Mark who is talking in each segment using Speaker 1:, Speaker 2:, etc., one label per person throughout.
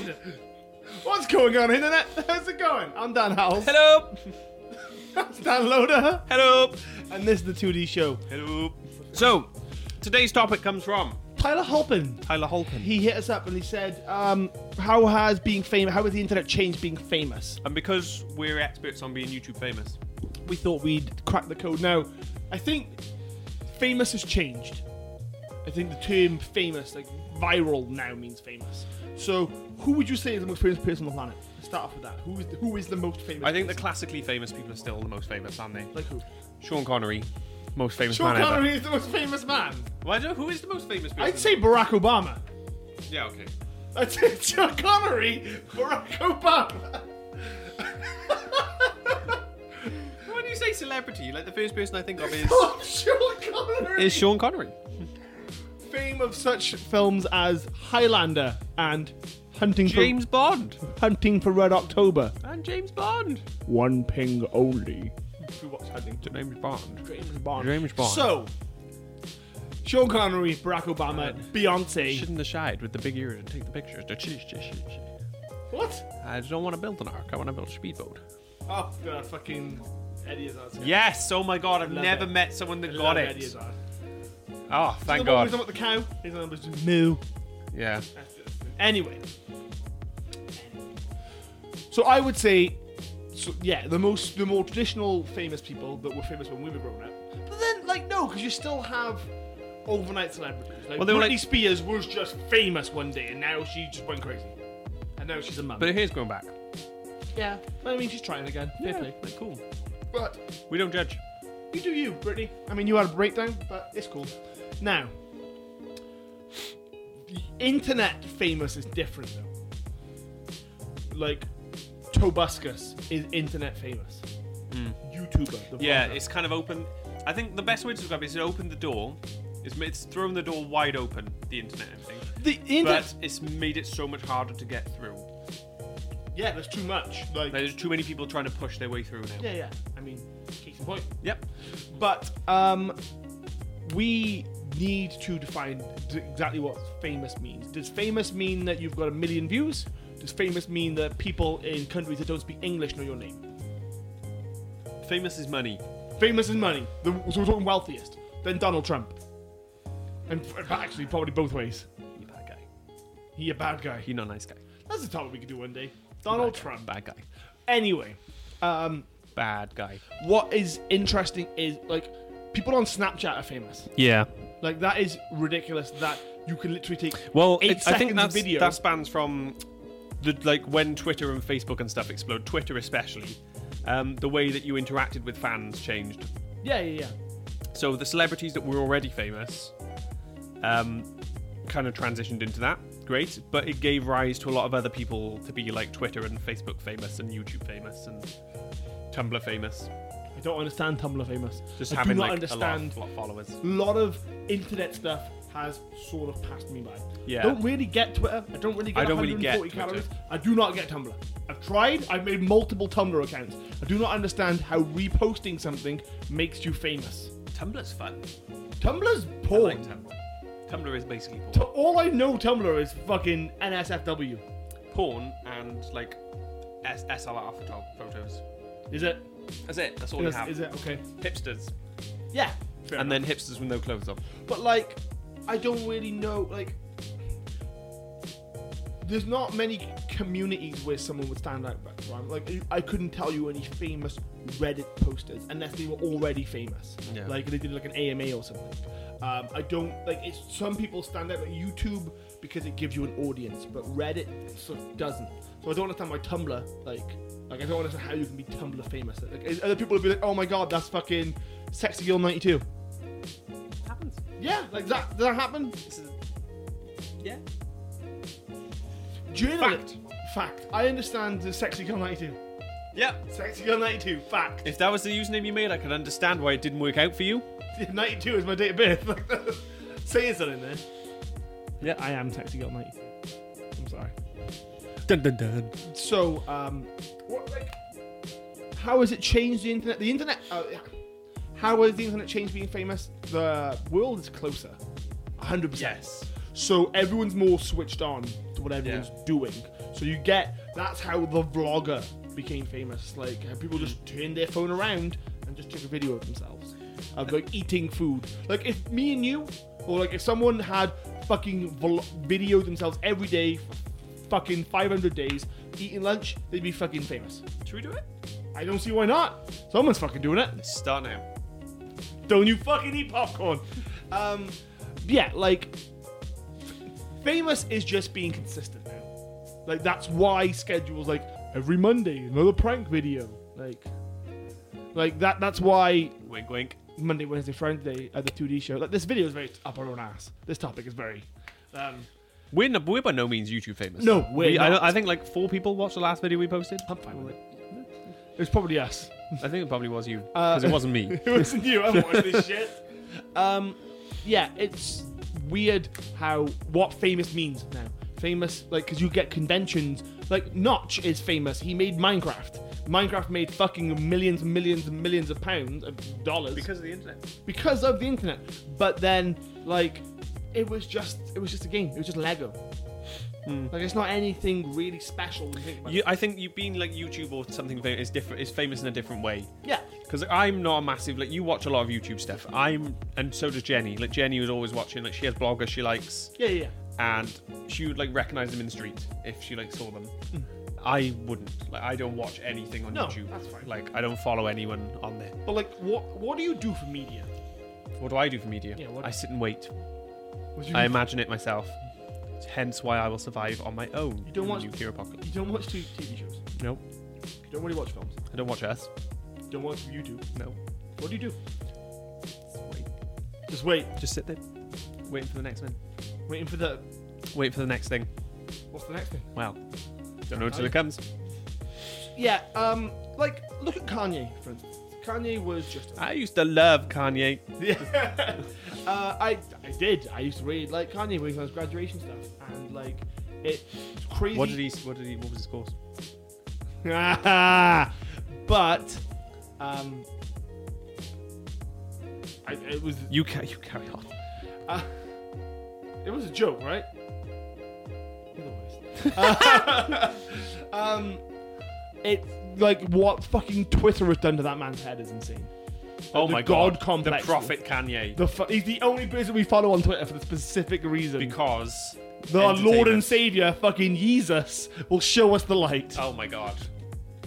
Speaker 1: Internet. What's going on, Internet? How's it going? I'm Dan Howells.
Speaker 2: Hello.
Speaker 1: That's Dan Loader.
Speaker 2: Hello.
Speaker 1: And this is the 2D show.
Speaker 2: Hello. So, today's topic comes from
Speaker 1: Tyler Halpin.
Speaker 2: Tyler Holcomb.
Speaker 1: He hit us up and he said, um, how has being famous, how has the internet changed being famous?
Speaker 2: And because we're experts on being YouTube famous,
Speaker 1: We thought we'd crack the code. Now, I think famous has changed. I think the term famous, like viral now means famous. So who would you say is the most famous person on the planet? Let's start off with that. Who is the, who is the most famous?
Speaker 2: I think the
Speaker 1: person?
Speaker 2: classically famous people are still the most famous, aren't they?
Speaker 1: Like who?
Speaker 2: Sean Connery, most famous
Speaker 1: Sean
Speaker 2: man
Speaker 1: Connery is the most famous man.
Speaker 2: ever. Well, I don't know who is the most famous person.
Speaker 1: I'd say Barack Obama.
Speaker 2: Yeah, okay.
Speaker 1: I'd say Sean Connery, Barack Obama.
Speaker 2: When you say celebrity, like the first person I think of is
Speaker 1: Oh, Sean Connery.
Speaker 2: is Sean Connery.
Speaker 1: Fame of such films as Highlander and Hunting
Speaker 2: James Bond.
Speaker 1: for Hunting for Red October.
Speaker 2: And James Bond.
Speaker 1: One ping only. Who watched Hunting?
Speaker 2: James Bond.
Speaker 1: James Bond.
Speaker 2: James Bond.
Speaker 1: So, Sean Connery, Barack
Speaker 2: Uh,
Speaker 1: Obama, Beyonce.
Speaker 2: Shouldn't have shied with the big ears and take the pictures.
Speaker 1: what?
Speaker 2: I just don't want to build an ark. I want to build a speedboat.
Speaker 1: Oh, God, fucking Eddie Izzard.
Speaker 2: Yes. Oh my God. I've
Speaker 1: Love
Speaker 2: never
Speaker 1: it.
Speaker 2: met someone that
Speaker 1: I
Speaker 2: got
Speaker 1: love
Speaker 2: it.
Speaker 1: Eddie Izzard.
Speaker 2: Oh, thank
Speaker 1: the one
Speaker 2: God.
Speaker 1: who's on with the cow. His number's just moo.
Speaker 2: Yeah.
Speaker 1: Anyway. So I would say, so yeah, the most, the more traditional famous people that were famous when we were growing up. But then, like, no, because you still have overnight celebrities. Like,
Speaker 2: Well, they were
Speaker 1: Britney
Speaker 2: like-
Speaker 1: Spears was just famous one day, and now she just went crazy, and now she's a mum.
Speaker 2: But her hair's going back.
Speaker 1: yeah, I mean, she's trying again. Fair play.
Speaker 2: like, cool.
Speaker 1: But
Speaker 2: We don't judge.
Speaker 1: you do you, Brittany. I mean, you had a breakdown, but it's cool. Now, the internet famous is different though. Like, Tobuscus is internet famous. YouTuber. The
Speaker 2: Hmm. Yeah,
Speaker 1: vlogger.
Speaker 2: it's kind of open. I think the best way to describe it is it opened the door. It's, ma- it's thrown the door wide open, the internet and everything.
Speaker 1: the internet.
Speaker 2: But it's made it so much harder to get through.
Speaker 1: yeah, there's too much. Like,
Speaker 2: There's too many people trying to push their way through now.
Speaker 1: yeah, yeah. I mean, case in point.
Speaker 2: Yep.
Speaker 1: But um, we need to define d- exactly what famous means. Does famous mean that you've got a million views? Does famous mean that people in countries that don't speak English know your name?
Speaker 2: Famous is money.
Speaker 1: Famous is money. The, so we're talking wealthiest. Then Donald Trump. And f- actually, probably both ways.
Speaker 2: You bad guy.
Speaker 1: He a bad guy.
Speaker 2: You not nice guy.
Speaker 1: That's a topic we could do one day. Donald
Speaker 2: Bad guy.
Speaker 1: Trump.
Speaker 2: Bad guy.
Speaker 1: Anyway, um,
Speaker 2: Bad guy.
Speaker 1: what is interesting is like people on Snapchat are famous.
Speaker 2: Yeah.
Speaker 1: Like that is ridiculous. That you can literally take
Speaker 2: Well,
Speaker 1: Eight
Speaker 2: it's, I think
Speaker 1: seconds
Speaker 2: that's,
Speaker 1: video.
Speaker 2: that spans from the like when Twitter and Facebook and stuff explode. Twitter especially, um, the way that you interacted with fans changed.
Speaker 1: Yeah, yeah, yeah.
Speaker 2: So the celebrities that were already famous, um, kind of transitioned into that. Great, but it gave rise to a lot of other people to be like Twitter and Facebook famous and YouTube famous and Tumblr famous.
Speaker 1: I don't understand Tumblr famous.
Speaker 2: Just
Speaker 1: I
Speaker 2: having
Speaker 1: do
Speaker 2: like
Speaker 1: not understand.
Speaker 2: a lot, lot of followers.
Speaker 1: A lot of internet stuff has sort of passed me by.
Speaker 2: Yeah.
Speaker 1: Don't really get Twitter. I don't really get
Speaker 2: I don't really get
Speaker 1: 140 calories.
Speaker 2: Twitter.
Speaker 1: I do not get Tumblr. I've tried. I've made multiple Tumblr accounts. I do not understand how reposting something makes you famous.
Speaker 2: Tumblr's fun.
Speaker 1: Tumblr's
Speaker 2: I
Speaker 1: porn.
Speaker 2: like Tumblr. Tumblr is basically porn.
Speaker 1: T- All I know Tumblr is fucking NSFW.
Speaker 2: porn and like S- SLR photo- photos.
Speaker 1: Is it?
Speaker 2: That's it. That's all
Speaker 1: Is,
Speaker 2: you have.
Speaker 1: is it okay?
Speaker 2: Hipsters.
Speaker 1: Yeah. Fair
Speaker 2: And then hipsters with no clothes on.
Speaker 1: but like i don't really know like there's not many communities where someone would stand out back from like i couldn't tell you any famous reddit posters unless they were already famous
Speaker 2: Yeah.
Speaker 1: like they did like an ama or something um, i don't like it's some people stand out like youtube because it gives you an audience but reddit sort of doesn't so i don't understand why tumblr like like i don't understand how you can be tumblr famous like is- other people would be like oh my god that's fucking sexy girl 92
Speaker 2: happens.
Speaker 1: yeah, like that. Did that happen?
Speaker 2: yeah.
Speaker 1: Journalist. Fact. I understand the sexy girl 92.
Speaker 2: Yeah.
Speaker 1: Sexy girl 92. Fact.
Speaker 2: If that was the username you made, I could understand why it didn't work out for you.
Speaker 1: 92 is my date of birth. Like that- Saying something there.
Speaker 2: Yeah.
Speaker 1: I am sexy girl 92. I'm sorry.
Speaker 2: Dun dun dun.
Speaker 1: So, um, what like? How has it changed the internet? The internet. Uh, yeah. how has the internet changed being famous? The world is closer. 100%.
Speaker 2: Yes.
Speaker 1: So everyone's more switched on to to what everyone's doing. So you get that's how the vlogger became famous. Like how people just turned their phone around and just took a video of themselves of like eating food. Like if me and you, or like if someone had fucking vlog video themselves every day, for fucking 500 days eating lunch, they'd be fucking famous.
Speaker 2: Should we do it?
Speaker 1: I don't see why not. Someone's fucking doing it.
Speaker 2: Start now.
Speaker 1: Don't you fucking eat popcorn? Um, yeah, like f- famous is just being consistent now. Like that's why schedules like every Monday another prank video. Like, like that. That's why
Speaker 2: Wink, wink.
Speaker 1: Monday, Wednesday, Friday at the 2D show. Like this video is very up our own ass. This topic is very. Um,
Speaker 2: We're, no, we're by no means YouTube famous.
Speaker 1: No, we're
Speaker 2: we, I,
Speaker 1: not.
Speaker 2: I think like four people watched the last video we posted.
Speaker 1: I'm fine with it. It's probably us.
Speaker 2: I think it probably was you
Speaker 1: Uh,
Speaker 2: because it wasn't me.
Speaker 1: It wasn't you. I watched this shit. Um, yeah, it's weird how what famous means now. Famous, like, because you get conventions. Like, Notch is famous. He made Minecraft. Minecraft made fucking millions and millions and millions of pounds of dollars
Speaker 2: of the internet.
Speaker 1: because of the internet. But then, like, it was just it was just a game. It was just Lego. Like, it's not anything really special. When you think about it.
Speaker 2: Hmm. You, I think you being like YouTube or something fam- is different. Is famous in a different way.
Speaker 1: Yeah.
Speaker 2: Because I'm not a massive like you watch a lot of YouTube stuff. I'm and so does Jenny. Like Jenny was always watching. Like she has bloggers she likes,
Speaker 1: Yeah. Yeah. yeah.
Speaker 2: and she would like recognize them in the street if she like saw them. I wouldn't. Like I don't watch anything on
Speaker 1: Hmm. No,
Speaker 2: YouTube.
Speaker 1: that's fine.
Speaker 2: Like I don't follow anyone on there.
Speaker 1: But like, what what do you do for media?
Speaker 2: What do I do for media?
Speaker 1: Yeah, what- Hmm.
Speaker 2: I sit and wait.
Speaker 1: What do you
Speaker 2: I
Speaker 1: do?
Speaker 2: imagine it myself. Hence why I will survive on my own.
Speaker 1: You don't
Speaker 2: in the
Speaker 1: watch-
Speaker 2: nuclear apocalypse.
Speaker 1: You don't watch t- TV shows.
Speaker 2: No,
Speaker 1: You don't really watch films.
Speaker 2: I don't watch us.
Speaker 1: You don't watch YouTube.
Speaker 2: No,
Speaker 1: What do you do?
Speaker 2: just wait.
Speaker 1: Just wait,
Speaker 2: Just sit there, waiting for the next thing.
Speaker 1: waiting for the.
Speaker 2: Wait for the next thing.
Speaker 1: What's the next thing?
Speaker 2: Well, don't know until it comes.
Speaker 1: Yeah, um, like look at Kanye, for instance. Kanye was just.
Speaker 2: I used to love Kanye.
Speaker 1: Yeah. uh, I I did. I used to read like Kanye when he was graduation stuff, and like it's crazy.
Speaker 2: What did he? What did he? What was his course?
Speaker 1: but um, I, it was
Speaker 2: You ca- you carry on.
Speaker 1: Uh, it was a joke, right? You're the worst. Uh, um, it like what fucking Twitter has done to that man's head is insane.
Speaker 2: Oh
Speaker 1: the
Speaker 2: my
Speaker 1: God
Speaker 2: god!
Speaker 1: complex.
Speaker 2: The prophet Kanye.
Speaker 1: The fu- he's the only person we follow on Twitter for the specific reason.
Speaker 2: because
Speaker 1: the Lord and
Speaker 2: entertainment.
Speaker 1: Savior, fucking Jesus, will show us the light.
Speaker 2: Oh my god!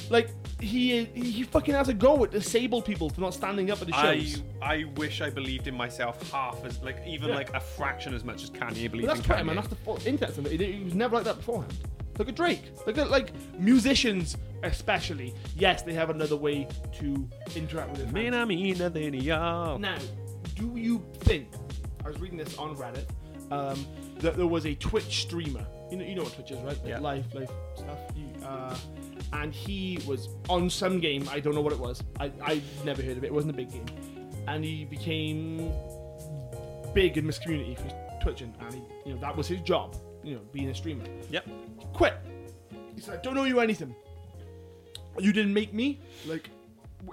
Speaker 1: Like he he fucking has a go at disabled people for not standing up at the
Speaker 2: I
Speaker 1: shows.
Speaker 2: I wish I believed in myself half as like even
Speaker 1: Yeah.
Speaker 2: like a fraction as much as Kanye
Speaker 1: But
Speaker 2: believes
Speaker 1: that's
Speaker 2: in
Speaker 1: Twitter,
Speaker 2: Kanye.
Speaker 1: man. That's the fault- internet's internet. It, it was never like that beforehand. Look at Drake. Look at like musicians, especially. Yes, they have another way to interact with their fans.
Speaker 2: Man, I mean nothing, y'all.
Speaker 1: Now, do you think? I was reading this on Reddit. Um, that there was a Twitch streamer. You know, you know what Twitch is, right? Like
Speaker 2: Yeah.
Speaker 1: Live, live stuff. You, uh, and he was on some game. I don't know what it was. I I never heard of it. It wasn't a big game. And he became big in this community for twitching, and he, you know that was his job. You know, being a streamer.
Speaker 2: Yep.
Speaker 1: Quit. He said, I don't know you anything. You didn't make me. Like,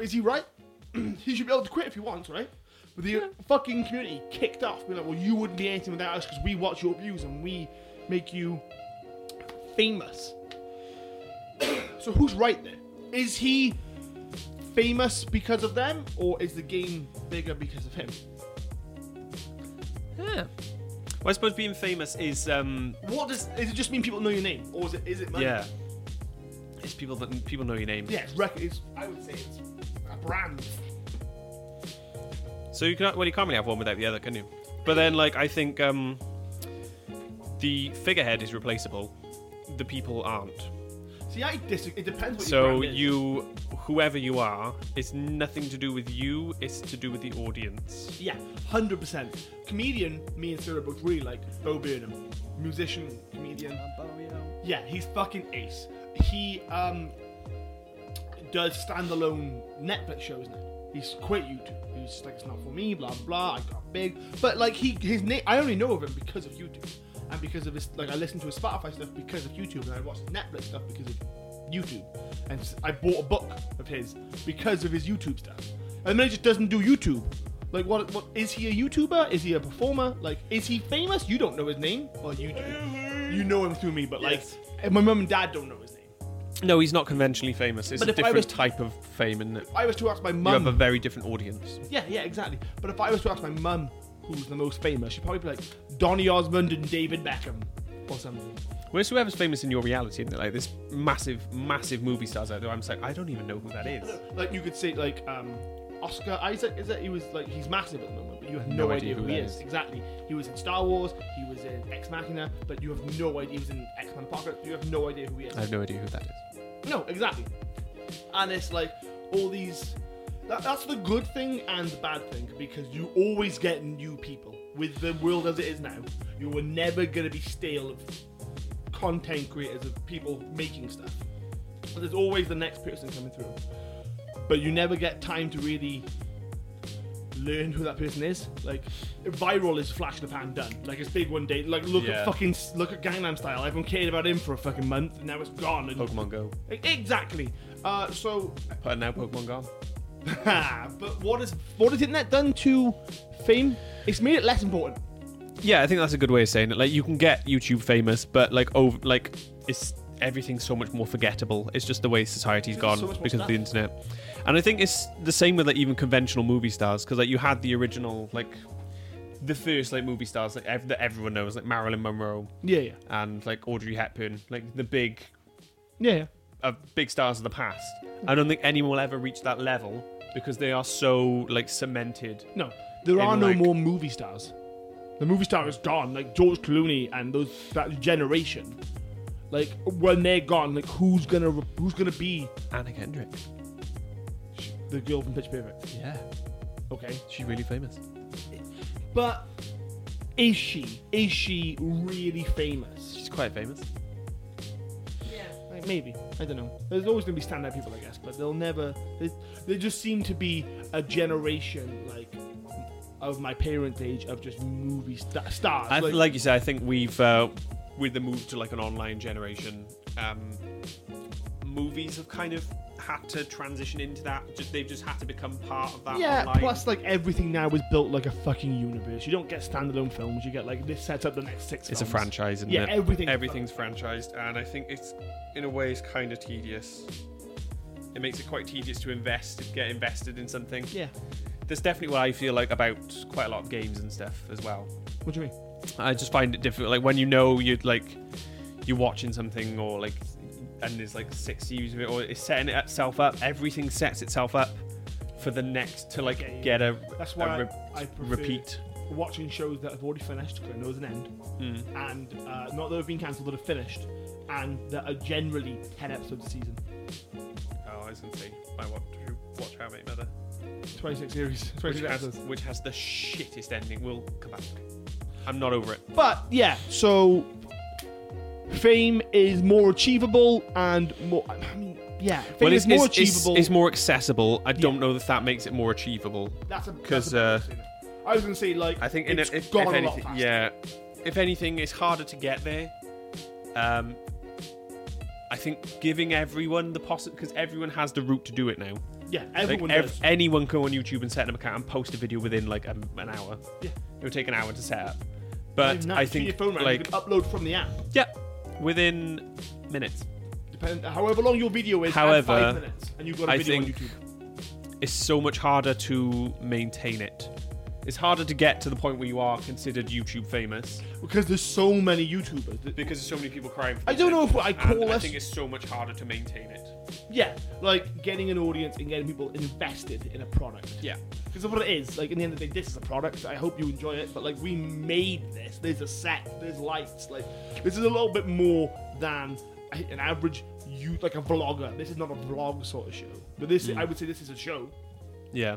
Speaker 1: is he right? he should be able to quit if he wants, right? But the fucking community kicked off, being like, well, you wouldn't be anything without us because we watch your views and we make you famous. so who's right there? Is he famous because of them, or is the game bigger because of him?
Speaker 2: Yeah. Well, I suppose being famous is um
Speaker 1: What does? Is it just mean people know your name, or is it is it money?
Speaker 2: yeah. It's people that people know your name.
Speaker 1: yeah, it's, rec- it's I would say it's a brand.
Speaker 2: So you can well you can't really have one without the other, can you? But then like I think um the figurehead is replaceable. The people aren't.
Speaker 1: See, I disagree. It depends what your
Speaker 2: So
Speaker 1: brand is.
Speaker 2: you whoever you are, it's nothing to do with you, it's to do with the audience.
Speaker 1: Yeah, hundred percent. Comedian, me and Sarah both really like Bo Burnham, musician, comedian. Yeah, he's fucking ace. He um does standalone Netflix shows now. He's quit YouTube. He's just like it's not for me. Blah blah. I got big, but like he his name. I only know of him because of YouTube and because of his like I listened to his Spotify stuff because of YouTube and I watched his Netflix stuff because of YouTube and s- I bought a book of his because of his YouTube stuff. And then he just doesn't do YouTube. Like what? What is he a YouTuber? Is he a performer? Like is he famous? You don't know his name. Well, you do. you know him through me, but like
Speaker 3: Yes.
Speaker 1: and my mum and dad don't know his name.
Speaker 2: No, he's not conventionally famous. It's
Speaker 1: But
Speaker 2: a
Speaker 1: if I
Speaker 2: different
Speaker 1: was-
Speaker 2: type of fame, and
Speaker 1: If I was to ask my
Speaker 2: you have a
Speaker 1: mum,
Speaker 2: very different audience.
Speaker 1: yeah, yeah, exactly. But if I was to ask my mum who's the most famous, she'd probably be like Donny Osmond and David Beckham or something.
Speaker 2: Whereas whoever's famous in your reality, and like this massive, massive movie stars out there, I'm just like, I don't even know who that is.
Speaker 1: Like you could say like um, Oscar Isaac is it? He was like he's massive at the moment, but you have no, idea, who he
Speaker 2: that
Speaker 1: is.
Speaker 2: is.
Speaker 1: Exactly. He was in Star Wars. He was in Ex Machina, but you have no idea. He was in X Men Apocalypse. You have no idea who he is.
Speaker 2: I have no idea who that is.
Speaker 1: No, exactly. And it's like all these. That, that's the good thing and the bad thing because you always get new people. With the world as it is now, you are never going to be stale of content creators, of people making stuff. But there's always the next person coming through. But you never get time to really learn who that person is. Like, viral is flash in the pan done. Like, it's big one day. Like, look
Speaker 2: Yeah.
Speaker 1: at fucking look at Gangnam Style. Everyone cared about him for a fucking month, and now it's gone. And
Speaker 2: Pokemon Go,
Speaker 1: Exactly. Uh, so,
Speaker 2: but now Pokemon Go.
Speaker 1: but what is what has internet done to fame? It's made it less important.
Speaker 2: Yeah, I think that's a good way of saying it. Like, you can get YouTube famous, but like, over, like, it's everything's so much more forgettable. It's just the way society's
Speaker 1: There's
Speaker 2: gone
Speaker 1: so much more
Speaker 2: because of the
Speaker 1: stuff.
Speaker 2: internet. And I think it's the same with like even conventional movie stars because like you had the original like the first like movie stars like ev- that everyone knows like Marilyn Monroe
Speaker 1: Yeah, yeah,
Speaker 2: and like Audrey Hepburn, like the big
Speaker 1: yeah, yeah.
Speaker 2: of big stars of the past. I don't think anyone will ever reach that level because they are so like cemented.
Speaker 1: No, there
Speaker 2: In
Speaker 1: are no
Speaker 2: like-
Speaker 1: more movie stars. The movie star is gone. Like George Clooney and those that generation. Like when they're gone, like who's gonna re- who's gonna be
Speaker 2: Anna Kendrick.
Speaker 1: the girl from Pitch Perfect?
Speaker 2: Yeah.
Speaker 1: Okay,
Speaker 2: She's really famous.
Speaker 1: but is she is she really famous?
Speaker 2: She's quite famous.
Speaker 1: Like maybe I don't know. There's always gonna be standout people, I guess, but they'll never. They, they just seem to be a generation like of my parents' age of just movie sta- stars.
Speaker 2: I,
Speaker 1: like,
Speaker 2: like, you said, I think we've uh, with the move to like an online generation, um, movies have kind of had to transition into that. Just they've just had to become part of that.
Speaker 1: yeah.
Speaker 2: online.
Speaker 1: Plus, like everything now is built like a fucking universe. You don't get standalone films. You get like this sets up the next six.
Speaker 2: it's a
Speaker 1: films.
Speaker 2: franchise, isn't
Speaker 1: Yeah,
Speaker 2: it?
Speaker 1: everything's-
Speaker 2: everything's franchised, and I think it's in a way it's kind of tedious. It makes it quite tedious to invest, get invested in something.
Speaker 1: Yeah.
Speaker 2: That's definitely what I feel like about quite a lot of games and stuff as well.
Speaker 1: What do you mean?
Speaker 2: I just find it difficult. Like when you know you're like you're watching something or like and there's like six views of it or it's setting itself up. Everything sets itself up for the next to like
Speaker 1: Yeah,
Speaker 2: get a
Speaker 1: That's
Speaker 2: a
Speaker 1: why I-
Speaker 2: re-
Speaker 1: I prefer-
Speaker 2: repeat.
Speaker 1: Watching shows that have already finished because I know there's an end,
Speaker 2: Mm.
Speaker 1: and uh, not that have been cancelled, that have finished, and that are generally ten episodes a season,
Speaker 2: Oh, I was gonna say I watch watch How I Met Your Mother,
Speaker 1: twenty-six series,
Speaker 2: which
Speaker 1: twenty-six
Speaker 2: has,
Speaker 1: episodes.
Speaker 2: which has the shittest ending. We'll come back. I'm not over it.
Speaker 1: But yeah, so fame is more achievable and more. I mean, yeah, fame is more achievable.
Speaker 2: It's, more accessible. I don't
Speaker 1: Yeah.
Speaker 2: know that that makes it more achievable.
Speaker 1: that's a
Speaker 2: 'cause, uh,
Speaker 1: that's a- I was gonna say like
Speaker 2: I think in a,
Speaker 1: it's
Speaker 2: if, if
Speaker 1: gone a lot
Speaker 2: anything,
Speaker 1: faster.
Speaker 2: yeah, if anything, it's harder to get there. Um, I think giving everyone the possible because everyone has the route to do it now.
Speaker 1: yeah,
Speaker 2: Like
Speaker 1: everyone
Speaker 2: ev-
Speaker 1: does.
Speaker 2: anyone can go on YouTube and set up an account and post a video within like um, an hour.
Speaker 1: Yeah.
Speaker 2: It would take an hour to set up, but
Speaker 1: Even that,
Speaker 2: I
Speaker 1: keep your
Speaker 2: think
Speaker 1: phone around,
Speaker 2: like
Speaker 1: you can upload from the app,
Speaker 2: yeah, within minutes.
Speaker 1: depend, however long your video is. add
Speaker 2: However,
Speaker 1: five minutes, and you've got a
Speaker 2: I
Speaker 1: video on
Speaker 2: think-
Speaker 1: YouTube.
Speaker 2: It's so much harder to maintain it. It's harder to get to the point where you are considered YouTube famous
Speaker 1: because there's so many YouTubers. that-
Speaker 2: because there's so many people crying. For
Speaker 1: I don't know if I
Speaker 2: content, and
Speaker 1: call
Speaker 2: I
Speaker 1: us.
Speaker 2: think it's so much harder to maintain it.
Speaker 1: Yeah, like getting an audience and getting people invested in a product.
Speaker 2: Yeah.
Speaker 1: Because of what it is, like in the end of the day, this is a product. I hope you enjoy it, but like we made this. There's a set. There's lights. Like this is a little bit more than a- an average you like a vlogger. This is not a vlog sort of show, but this I would say this is a show.
Speaker 2: Yeah.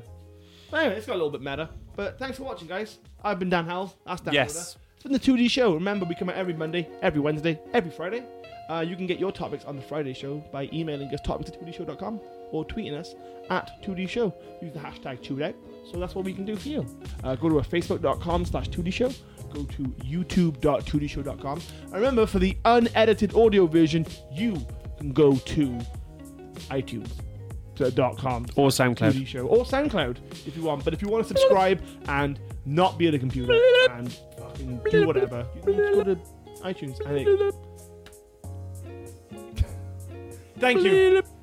Speaker 1: But anyway, it's got a little bit meta. But thanks for watching, guys. I've been Dan Howell. That's Dan.
Speaker 2: Yes.
Speaker 1: Yoder. It's been the 2D show. Remember, we come out every Monday, every Wednesday, every Friday. Uh, you can get your topics on the Friday show by emailing us topics at 2dshow.com or tweeting us at 2D show. Use the hashtag 2Out. So that's what we can do for you. Uh, go to our facebook.com slash 2D show. Go to youtube.2dshow.com. And remember, for the unedited audio version, you can go to iTunes. uh, Dot com
Speaker 2: Or SoundCloud.
Speaker 1: TV show or SoundCloud if you want. But if you want to subscribe and not be at a computer and fucking do whatever, you can just go to iTunes, and it. Thank you.